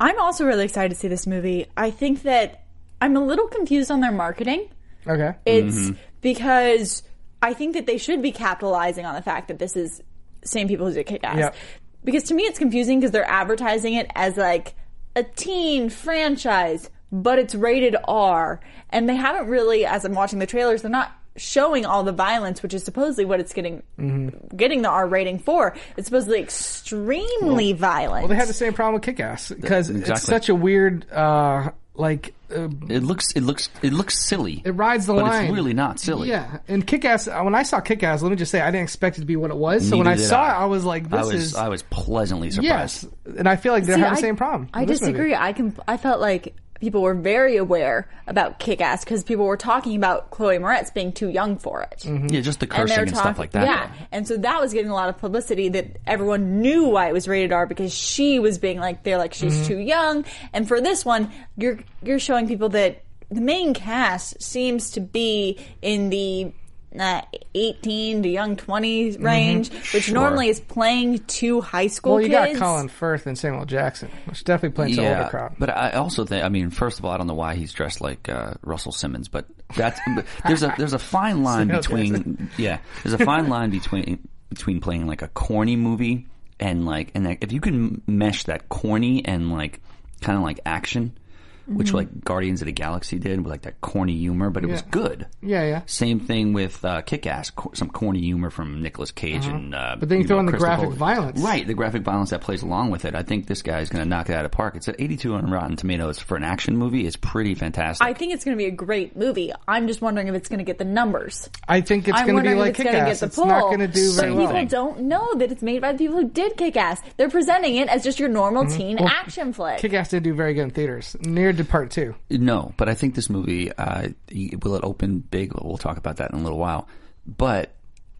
I'm also really excited to see this movie. I think that I'm a little confused on their marketing.
Okay.
It's
Mm-hmm.
because I think that they should be capitalizing on the fact that this is same people who did kick ass.
Yep.
Because to me it's confusing because they're advertising it as like a teen franchise, but it's rated R. And they haven't really, as I'm watching the trailers, they're not showing all the violence, which is supposedly what it's getting
Mm-hmm.
getting the R rating for. It's supposedly extremely violent.
Well, they had the same problem with Kick-Ass because it's
exactly.
such a weird, uh, like, uh,
It looks it looks it looks silly.
It rides the
but
line.
It's really not silly.
Yeah, and Kick-Ass. uh, When I saw Kick-Ass, let me just say I didn't expect it to be what it was. So when I
Neither did
saw it, I was like, "This
I was
is
I was pleasantly surprised.
yes." And I feel like they're
See,
having
I-
the same problem.
I
with this movie.
disagree. I can. I felt like people were very aware about Kick Ass because people were talking about Chloe Moretz being too young for it,
Mm-hmm.
Yeah, just the
and
cursing
they
and,
were
stuff
talking.
like that.
yeah, and so that was getting a lot of publicity that everyone knew why it was rated R because she was being like, they're like, she's
Mm-hmm.
too young, and for this one, you're you're showing people that the main cast seems to be in the. Uh, 18 to young 20s range, which
Sure.
normally is playing to high school
Mm-hmm. Well, you got
kids.
Colin Firth and Samuel Jackson, which definitely plays to
Yeah,
older crowd.
but I also think. I mean, first of all, I don't know why he's dressed like uh, Russell Simmons, but that's but there's a there's a fine line between yeah, there's a fine line between between playing like a corny movie and like and like, if you can mesh that corny and like kind of like action, which like Guardians of the Galaxy did with like that corny humor, but it was good.
Mm-hmm. yeah, yeah.
Same thing with uh, Kick Ass, co- some corny humor from Nicolas Cage and. Uh,
Uh-huh. But then you throw in the
Christopher-
graphic violence.
Right, the graphic violence that plays along with it. I think this guy is going to knock it out of the park. It's at 82 on Rotten Tomatoes for an action movie. It's pretty fantastic.
I think it's going to be a great movie. I'm just wondering if it's going to get the numbers.
I think it's
I'm
going to be
wondering
like
if it's going to get
Kick-Ass.
the
It's
pull.
not going to do
but
very
people
well.
don't know that it's made by the people who did Kick Ass. They're presenting it as just your normal teen action flick.
Mm-hmm. Kick-Ass did do very good in theaters. Near to part two.
No, but I think this movie uh, y- will it open big. We'll talk about that in a little while. But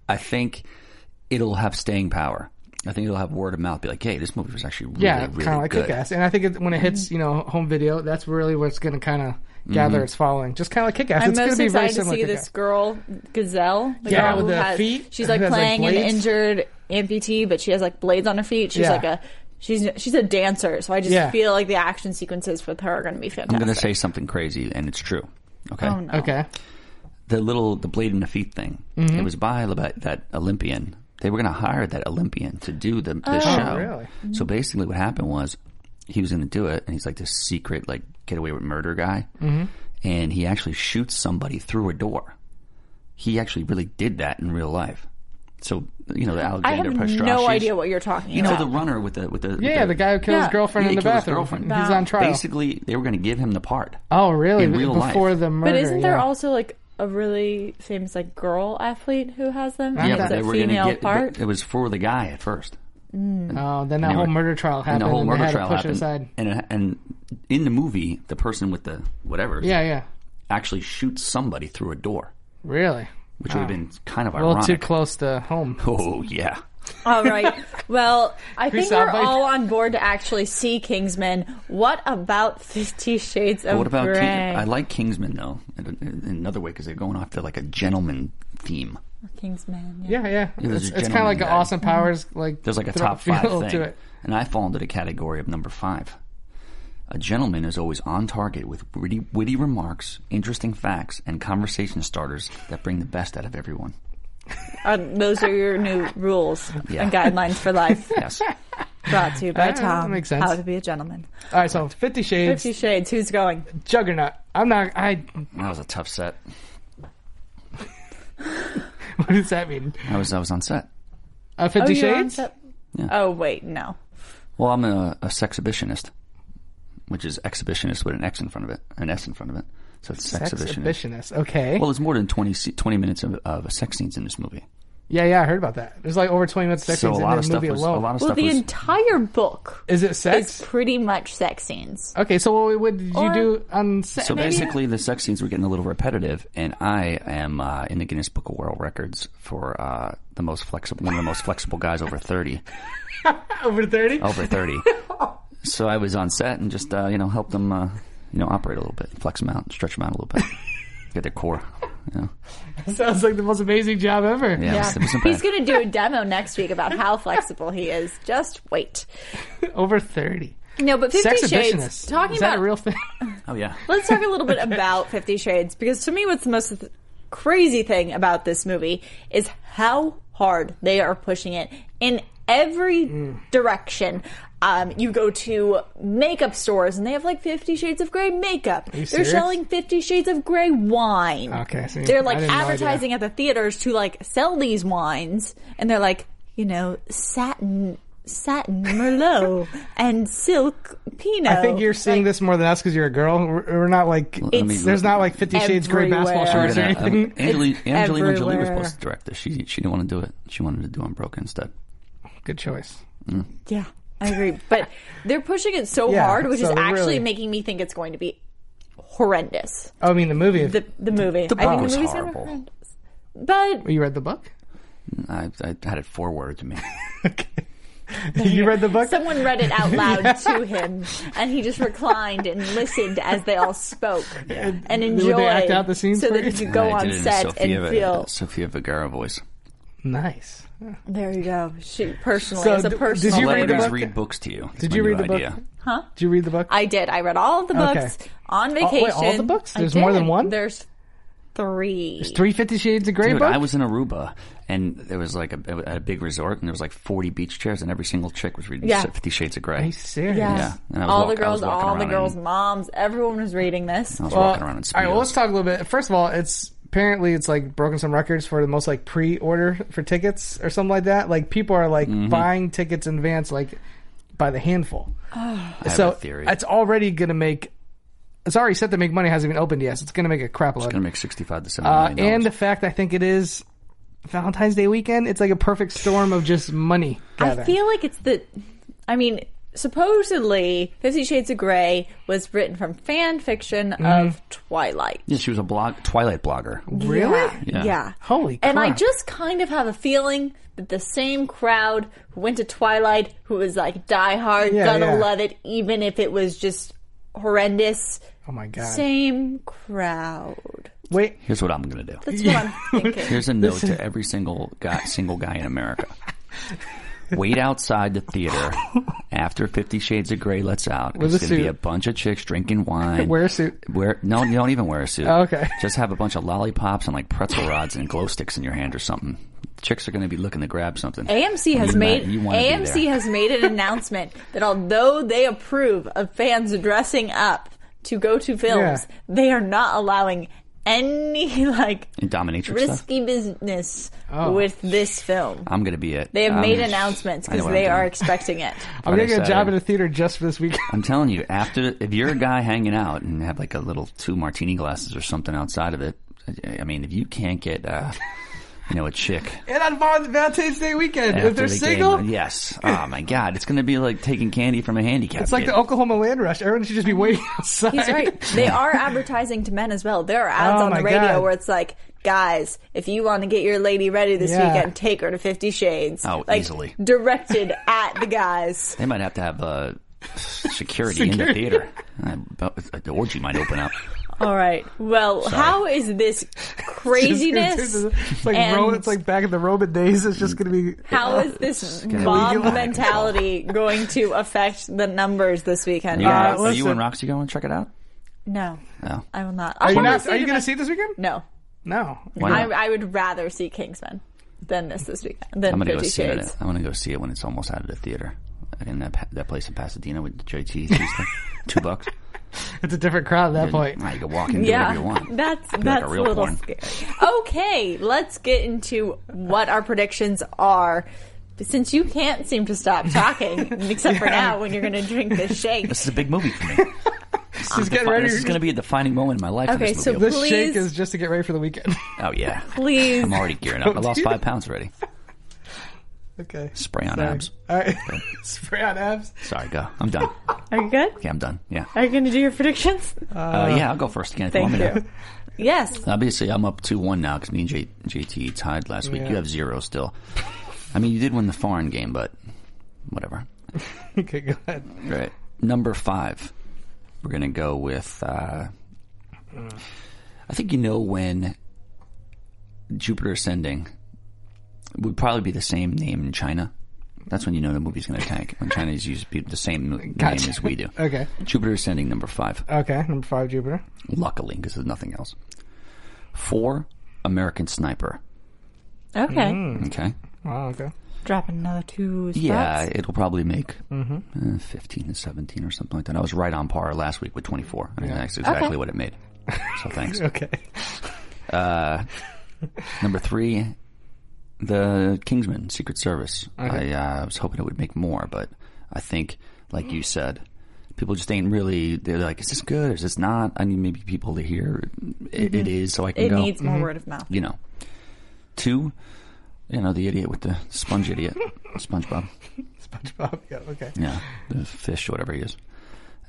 I think it'll have staying power. I think it'll have word of mouth. Be like, hey, this movie was actually really,
Yeah,
really
kind of like
good.
Kick-Ass. And I think it, when it hits, you know, home video, that's really where it's going to kind of
Mm-hmm.
gather its following. Just kind of like Kick-Ass.
I'm
it's going
most
to be very
excited to
similar.
see
to
this
Kick-Ass.
girl, Gazelle. The
Yeah,
girl
with
who
the
has,
feet,
She's
who
like
has, like,
playing an
blades.
injured amputee, but she has like blades on her feet. She's
Yeah.
like a she's she's a dancer. So I just
Yeah.
feel like the action sequences with her are going to be
I'm
fantastic.
going to say something crazy, and it's true. Okay.
oh no.
Okay.
the little the blade in the feet thing.
Mm-hmm.
It was by Lebe- that Olympian. They were going to hire that Olympian to do the, the
Oh,
show.
really?
So basically, what happened was he was going to do it, and he's like this secret like get away with murder guy,
Mm-hmm.
and he actually shoots somebody through a door. He actually really did that in real life. So you know the Alexander
I have
Pastrana-
no idea what you're talking
You know
about.
the runner with the with the with
Yeah, the guy who killed
Yeah.
his girlfriend
Yeah,
in
he
the
killed his
bathroom.
girlfriend.
He's on trial.
Basically, they were going to give him the part.
oh, really?
in real
Before
life.
the murder.
But isn't there
yeah.
also like a really famous like girl athlete who has them?
Yeah,
Like,
but
it's
they
a
were gonna
female
get-
part.
but It was for the guy at first.
Oh, then that
Anyway,
whole murder trial
and
happened.
the whole
and they
murder
had to
trial
push
happened.
It aside.
And and in the movie, the person with the whatever
Yeah, yeah.
actually shoots somebody through a door,
Really?
which would have been kind of
A little
ironic.
Ah. too close to home.
Oh yeah,
all right. Well, I think
saw
we're
Mike?
all on board to actually see Kingsman. What about Fifty Shades of
what about
Grey?
King, I like Kingsman though in, in another way because they're going off to like a gentleman theme.
Kingsman. Yeah.
Yeah, yeah. It's,
there's a
kind of
gentleman
like an
guy.
Austin Powers like.
There's like a
throw-
top five
feel
thing,
to it.
and I fall into the category of number five. A gentleman is always on target with witty, witty remarks, interesting facts, and conversation starters that bring the best out of everyone.
Uh, those are your new rules
Yeah.
and guidelines for life.
Yes.
Brought to you by
Uh,
Tom.
makes sense.
How to be a gentleman.
All right, so Fifty Shades,
Fifty Shades. Who's going?
Juggernaut. I'm not. I.
that was a tough set.
What does that mean?
I was I was on set.
Uh, Fifty
Oh, you're on
Shades.
set- Oh wait, no.
Well, I'm a, a sexhibitionist. which is exhibitionist with an X in front of it, an S in front of it. So it's exhibitionist.
Exhibitionist. Okay.
Well, there's more than 20, se- 20 minutes of, of sex scenes in this movie.
yeah, yeah, I heard about that. There's like over 20 minutes of sex
so
scenes
a
in
lot
the
of stuff
movie
was
alone.
a lot of
Well,
stuff
the
was.
entire book
Is it
is
sex?
pretty much sex scenes.
okay, so what, what did you
Or-
do on set?
so
maybe-
basically, the sex scenes were getting a little repetitive, and I am uh, in the Guinness Book of World Records for uh, the most flexible, one of the most flexible guys over thirty.
over 30?
over 30. so I was on set and just, uh, you know, helped them, uh, you know, operate a little bit, flex them out, stretch them out a little bit, get their core. You know.
Sounds like the most amazing job ever.
Yeah, it was- it wasn't
He's
bad.
going to do a demo next week about how flexible he is. Just wait.
Over 30.
No, but Fifty Shades.
Sexhibitionist.
Talking
Is that
about
a real thing?
Oh, yeah.
Let's talk a little bit about Fifty Shades because to me, what's the most th- crazy thing about this movie is how hard they are pushing it in every
Mm.
direction. Um, you go to makeup stores and they have like Fifty Shades of Grey makeup. They're
serious?
selling Fifty Shades of Grey wine.
Okay, see,
they're
I
like
didn't know
advertising at the theaters to like sell these wines, and they're like, you know, satin. Satin Merlot and silk Pinot.
I think you're seeing this more than us because you're a girl. We're, we're not like
Let me-
there's not like Fifty Shades Grey basketball
everywhere.
shorts or
Look at that.
anything.
Um, Angeli-
It's
Angelina Jolie was
everywhere.
supposed to direct this. She, she didn't want to do it. She wanted to do Unbroken instead.
Good choice.
Yeah, I agree. But they're pushing it so
Yeah,
hard, which
so
is
they're
actually
really-
making me think it's going to be horrendous.
Oh, I mean the movie.
The the movie.
The
I think
book was
the movie's gonna be
horrible.
horrendous. But
Oh, you read the book?
I, I had it forwarded to me.
you read the book?
someone read it out loud to him, and he just reclined and listened as they all spoke and
they
enjoyed.
act out the scenes
so
for
that
you?
he could go
I
on
did it in a
set
Sofia,
and
uh,
feel.
Sofia Vergara voice.
Nice.
There you go. She personally,
So
as a
d- did
personal,
you read the
writer.
Celebrities
book?
read books to you. That's
Did
my
you
new
read the book?
idea.
Did you read the book?
I did. I read all of the books
Okay.
on
wait, all the
vacation.
books?
I
There's more than
did.
one?
There's three.
Three Fifty Shades of Grey
Dude,
book.
I was in Aruba, and there was like a, at a big resort, and there was like forty beach chairs, and every single chick was reading
Yeah.
Fifty Shades of Grey.
Are you serious?
Yeah.
Yeah, and I was
all
walk-
the
I was
girls,
walking
all the
around
girls'
in-
moms, everyone was reading this.
I was
Well,
walking around in
all right. Well, let's
speedos.
talk a little bit. First of all, it's apparently it's like broken some records for the most like pre-order for tickets or something like that. Like people are like
Mm-hmm.
buying tickets in advance, like by the handful.
I have
so
a theory.
it's already gonna make. It's already set to make money. Hasn't even opened yet. So it's gonna make a crap load.
It's gonna make sixty-five to seventy
Uh,
million dollars.
and the fact I think it is Valentine's Day weekend. It's like a perfect storm of just money.
I
gathering.
feel like it's the. I mean, supposedly, Fifty Shades of Grey was written from fan fiction of Twilight.
Mm-hmm. yeah, she was a blog Twilight blogger.
really.
Yeah.
Holy
And I
crap.
just kind of have a feeling that the same crowd who went to Twilight, who was like diehard,
Yeah,
gonna
yeah.
love it, even if it was just horrendous,
Oh my god.
same crowd.
Wait.
Here's what I'm gonna do.
That's what I'm thinking.
Here's a note to every single guy, single guy in America. Wait outside the theater after Fifty Shades of Grey lets out.
With
it's
a
gonna be
suit.
a bunch of chicks drinking wine.
Wear a suit.
Wear no, you don't even wear a suit.
Oh, okay.
Just have a bunch of lollipops and like pretzel rods and glow sticks in your hand or something. Chicks are going to be looking to grab something.
AMC has
You might-
made
you wanna be
AMC
there.
has made an announcement that although they approve of fans dressing up to go to films,
Yeah.
they are not allowing any like
And dominatrix stuff.
risky business with this film.
I'm going to be it.
They have
I'm-
made announcements
I know
because
what
they
I'm
are
doing.
expecting it.
I'm gonna
Friday,
get a job
Saturday.
in a theater just for this weekend.
I'm telling you, after if you're a guy hanging out and have like a little two martini glasses or something outside of it, I- I mean, if you can't get, uh, you know, a chick
And on Val- Valentine's Day weekend,
after
if they're
the
single,
game, yes. Oh my God, it's going to be like taking candy from a handicap.
it's like the Oklahoma land rush. Everyone should just be waiting outside.
He's right. They are advertising to men as well. There are ads
Oh
on the
my
radio
God.
where it's like, guys, if you want to get your lady ready this
Yeah.
weekend, take her to Fifty Shades.
Oh,
like,
easily.
Directed at the guys.
They might have to have uh, security, in the theater. Uh, but the orgy might open up.
All right. Well, how is this
It's,
craziness?
like
and
Ro- it's like back in the Roman days. It's just gonna be.
how is this
uh, gonna be
mob
out of
mentality going to affect the numbers this weekend?
You guys-
guys?
are you
Uh, listen.
and Roxy going to check it out?
no,
No.
I will not.
Are
I'll
you
probably
not?
see
Are you
the-
gonna see it this weekend?
No,
No.
Why
I,
not?
I would rather see Kingsman than this this weekend.
I'm
Than
gonna
Fifty
go see it.
Shades.
at- I'm gonna go see it when it's almost out of the theater. In that pa- that place in Pasadena with the JT Tuesday, two bucks.
It's a different crowd at that point.
Now you can walk in, do whatever you
Yeah,
want.
that's
Be like
that's
a
a,
real
little
porn.
scary. Okay, let's get into what our predictions are But since you can't seem to stop talking, except for now when you're going to drink this shake.
This is a big movie for me.
She's getting ready.
This is going to be a defining moment in my life. when
Okay,
this
so
movie
This
opens.
Please.
shake is just to get ready for the weekend.
oh yeah,
Please.
I'm already gearing up. I lost
do
five pounds already.
okay.
Spray on abs.
All right. Spray on abs.
Sorry, go. I'm done.
Are you good?
Okay, I'm done. Yeah,
Are you going to do your predictions?
uh, yeah. I'll go first again. If you
Thank
want me to.
you. Yes.
Obviously, I'm up two one now because me and J- JT tied last week. You have zero still. I mean, you did win the foreign game, but whatever.
Okay, go ahead.
Right. Number five, we're going to go with. Uh, I think you know when Jupiter Ascending would probably be the same name in China. That's when you know the movie's going to tank. When Chinese use be the same mo-
Gotcha.
name as we do.
Okay.
Jupiter Ascending, number five.
Okay, number five, Jupiter.
Luckily, because there's nothing else. Four, American Sniper.
Okay.
Mm.
Okay.
Wow, okay.
Drop another two spots.
Yeah, it'll probably make
Mm-hmm.
uh, 15 to 17 or something like that. I was right on par last week with 24. I mean, that's exactly what it made. So thanks.
Okay.
Number three, the Kingsman Secret Service. I uh, was hoping it would make more, but I think, like you said, people just ain't really. They're like, is this good? Is this not? I need maybe people to hear it, it is so I can
Mm-hmm. It
go.
needs more word of mouth.
you know. Two, you know, the idiot with the sponge idiot, SpongeBob.
SpongeBob. Yeah, okay.
Yeah, the fish, whatever he is.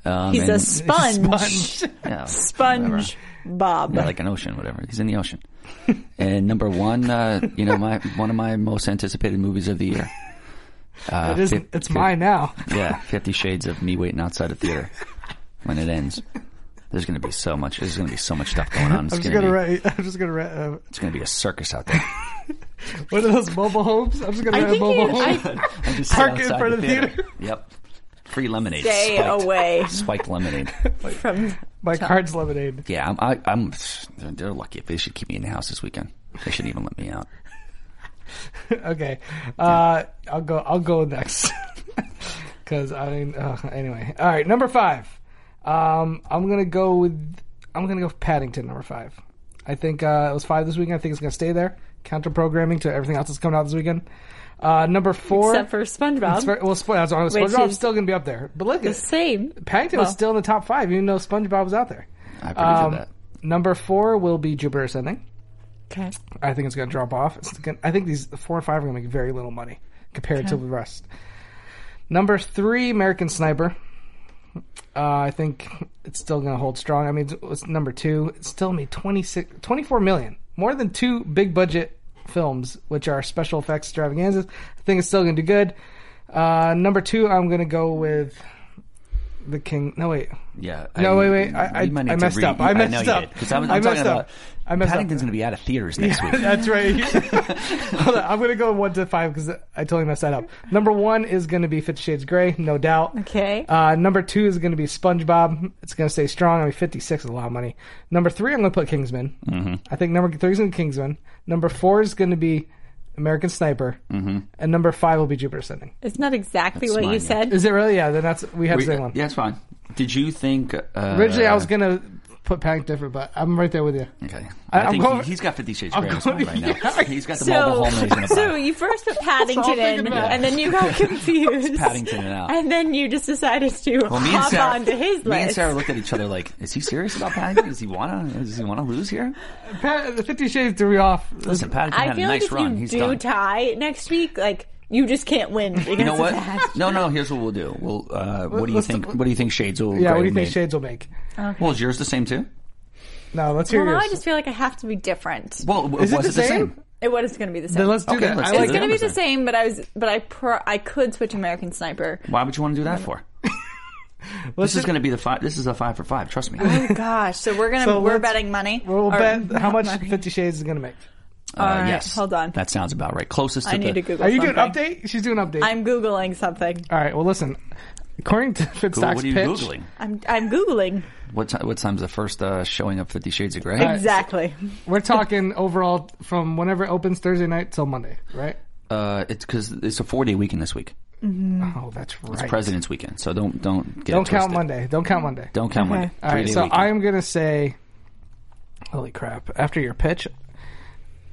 Um,
He's a
and-
sponge.
yeah, whatever.
Sponge Bob.
Yeah, like an ocean, whatever. He's in the ocean. and number one, uh, you know, my one of my most anticipated movies of the year. Uh,
It is,
fif-
it's
fif-
mine now.
Yeah, Fifty Shades of Me waiting outside a theater when it ends. There's going to be so much. There's going to be so much stuff going on. It's
I'm just
going to
gonna
be.
write. I'm just gonna write. Uh,
It's going to be a circus out there.
what are those mobile homes? I'm just gonna write a
think
mobile
you- I-
home.
And just sit
Park in
outside
front of the theater.
Yep. Free lemonade.
Stay
spiked,
away
Spiked lemonade.
from.
My card's lemonade.
Yeah, I'm. I, I'm. They're, they're lucky if they should keep me in the house this weekend. They shouldn't even let me out.
Okay. Uh, I'll go. I'll go next. Because I mean, uh, anyway. All right, number five. Um, I'm gonna go with. I'm gonna go with Paddington. Number five. I think uh, it was five this weekend. I think it's gonna stay there. Counter programming to everything else that's coming out this weekend. Uh, number four.
Except for SpongeBob.
It's very- well, Spo- that's what I was-
Um, Which
SpongeBob's
is-
still gonna be up there. But look,
the
at
same.
Paddington was
well-
still in the top five, even though SpongeBob was out there.
I predicted
Um,
that.
Number four will be Jupiter Ascending.
Okay.
I think it's going to drop off. It's gonna, I think these the four and five are going to make very little money compared to the rest. Number three, American Sniper. Uh, I think it's still going to hold strong. I mean, it's, it's number two. It's still made 26, 24 million, more than two big budget films, which are special effects extravaganzas. I think it's still going to do good. Uh, number two, I'm going to go with the King. No wait,
Yeah.
No,
I-
wait, wait, I- I-
you might need
I
to
messed
read-
up. I messed
know you
up.
did, 'cause I'm, I'm
I
talking
messed
about.
up. I messed up.
Paddington's going to be out of theaters next week.
That's right. Hold on, I'm gonna go one to five because I totally messed that up. Number one is gonna be Fifty Shades Grey, no doubt.
Okay.
Uh, number two is gonna be SpongeBob. It's gonna stay strong. I mean, fifty six is a lot of money. Number three, I'm gonna put Kingsman. Mm-hmm. I think number three is gonna be Kingsman. Number four is gonna be American Sniper, mm-hmm. and number five will be Jupiter Ascending.
It's not exactly
That's
what you
mine,
said.
Is it really? Yeah. Then that's we have
We-
the same one.
yeah, it's fine. Did you think uh,
Originally, I was gonna put Panic different, but I'm right there with you.
Okay.
I-
I,
I'm
think
going-
he, has got Fifty Shades of Grey in his
going-
mind right now.
yeah.
He's got the mobile
So,
home. and he's gonna
so
buy
you first put
all I'm
Paddington
thinking
in,
about.
and then you got confused.
Paddington and out.
And then you just decided to
Well, me and
hop
Sarah,
onto his
me and
list.
Sarah looked at each other like, "Is he serious about Paddington? Does he wanna? Does he wanna lose here?"
Pa- Fifty Shades threw me off.
Listen, Paddington
I
had a
feel
nice
like if
run.
you
He's
do
done.
tie next week, like you just can't win. Because
you know what?
Of that.
No, no. Here's what we'll do. We'll. Uh, what do you
let's-
think? What do you think Shades will?
Yeah,
Grey
what do you think
made?
Shades will make?
Well, is yours the same too?
No, let's hear
Well, now
yours.
I just feel like I have to be different.
Well, w-
Is it
was
the
it the
same?
same?
It was going to be the same.
Then let's do
Okay,
that.
let's
I
do
like
it's
that.
that.
going to be the
Amazon.
same, but I was, but I pro, I could switch American Sniper.
Why would you want to do that for?
Let's
This is going to be the five. This is a five for five. Trust me. Uh,
Oh gosh! So we're gonna
So
we're
let's-
betting money.
We'll
Or-
bet how
not
much
money.
Fifty Shades is going to make.
Uh,
right,
yes.
hold on.
That sounds about right. Closest. To
I need
the,
to Google.
Are you doing
something.
update? She's doing update.
I'm googling something.
All right. Well, listen. According to
Ooh, What
Fitstock's
are you
pitch,
googling?
I'm I'm googling
What time? What time's the first uh, showing of Fifty Shades of Grey?
exactly.
we're talking overall from whenever it opens Thursday night till Monday, right?
Uh, it's because it's a four day weekend this week.
Oh, that's right.
It's President's Weekend, so don't don't get it
Don't count
twisted.
Monday. Don't count Monday.
Don't count Monday.
All right.
Three-day
So
weekend.
I am going to say, holy crap! After your pitch,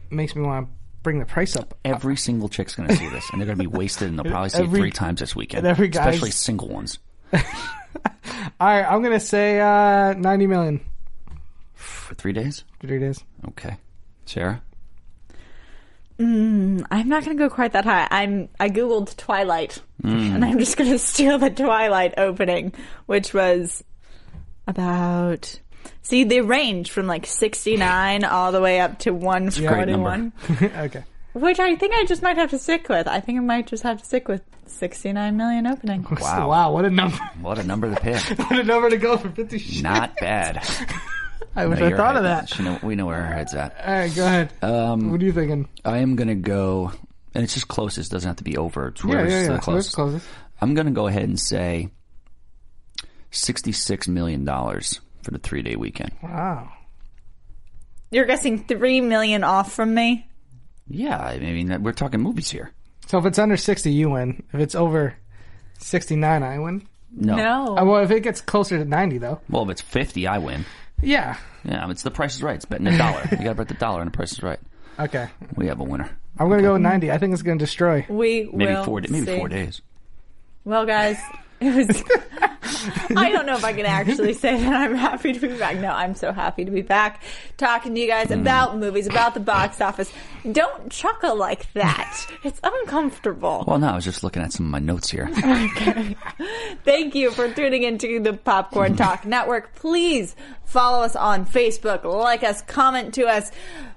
makes me want to bring the price up.
Every single chick's going to see this, and they're going to be wasted, and they'll probably see
Every-
it three times this weekend.
and every guy's-
especially single ones.
All right, I'm gonna say uh, 90 million.
For three days?
Three days.
Okay. Sarah?
I'm not going to go quite that high. I'm I googled Twilight,
Hmm.
and I'm just going to steal the Twilight opening, which was about. See, they range from like 69 all the way up to
great
141,
number.
okay.
which I think I just might have to stick with. I think I might just have to stick with 69 million opening.
Wow.
Wow, what a number!
What a number to pick.
what a number to go for 50. shit.
Not bad.
I wish
No,
I
your
thought
head-
of that.
she know- we know where her head's at.
All right, go ahead.
Um,
what are you thinking?
I am going to go, and it's just closest. doesn't have to be over. It's wherever it's the
So
closest.
that's closest.
I'm going to go ahead and say $66 million for the three day weekend.
Wow.
You're guessing 3 million off from me?
Yeah, I mean, that- we're talking movies here.
So if it's under 60, you win. If it's over 69, I win.
No.
No.
Uh, well, if it gets closer to 90, though,
Well, if it's 50 I win.
yeah.
Yeah, it's the price is right. It's betting a dollar. you got to bet the dollar, and the price is right.
Okay,
We have a winner.
I'm gonna go with 90. I think it's gonna destroy.
we
Maybe
will
four. da- Maybe
see.
four days.
Well, guys, it was. I don't know if I can actually say that I'm happy to be back. No, I'm so happy to be back talking to you
Mm.
guys about movies, about the box office. Don't chuckle like that. It's uncomfortable.
Well, no, I was just looking at some of my notes here.
Thank you for tuning into the Popcorn Talk Network. Please follow us on Facebook, like us, comment to us,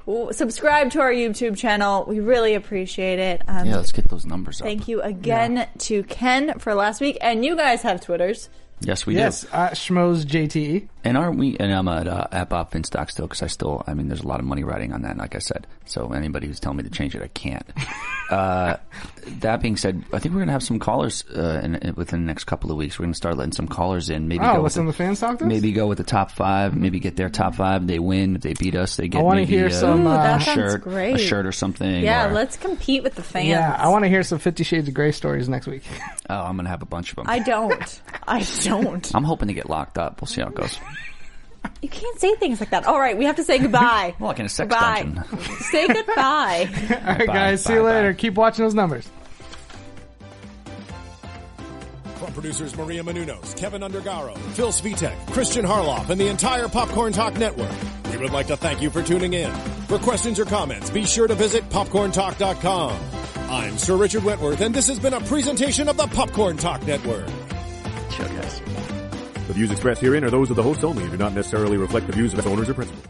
w- subscribe to our YouTube channel. We really appreciate it. Um,
yeah, let's get those numbers up.
Thank you again to Ken for last week. And you guys have Twitters.
Yes, we
Yes,
do.
uh, Schmoes JTE.
And aren't we? And I'm at uh, at Bob Finstock still because I still. I mean, there's a lot of money riding on that. Like I said, so anybody who's telling me to change it, I can't. uh, that being said, I think we're gonna have some callers uh, in, in- within the next couple of weeks. We're gonna start letting some callers in. Maybe
Oh,
go with
listen
the-
to the fans talk to us?
Maybe go with the top five. Maybe get their top five. They win. If they beat us, they get.
I wanna
maybe,
hear
uh,
some, Ooh, uh,
a
that sounds
shirt, a
great.
shirt or something.
Yeah,
or-
let's compete with the fans.
Yeah, I want to hear some Fifty Shades of Grey stories next week.
Oh, I'm gonna have a bunch of them.
I don't. I don't.
I'm hoping to get locked up. We'll see how it goes.
You can't say things like that. All right, we have to say goodbye.
Well, like in a sex
Goodbye.
dungeon.
Say goodbye.
All right,
Bye,
guys, see you
bye, bye.
later. Keep watching those numbers.
From producers Maria Menunos, Kevin Undergaro, Phil Svitek, Christian Harloff, and the entire Popcorn Talk Network, we would like to thank you for tuning in. For questions or comments, be sure to visit popcorntalk.com. I'm Sir Richard Wentworth, and this has been a presentation of the Popcorn Talk Network.
Chill, guys.
The views expressed herein are those of the host only and do not necessarily reflect the views of its owners or principals.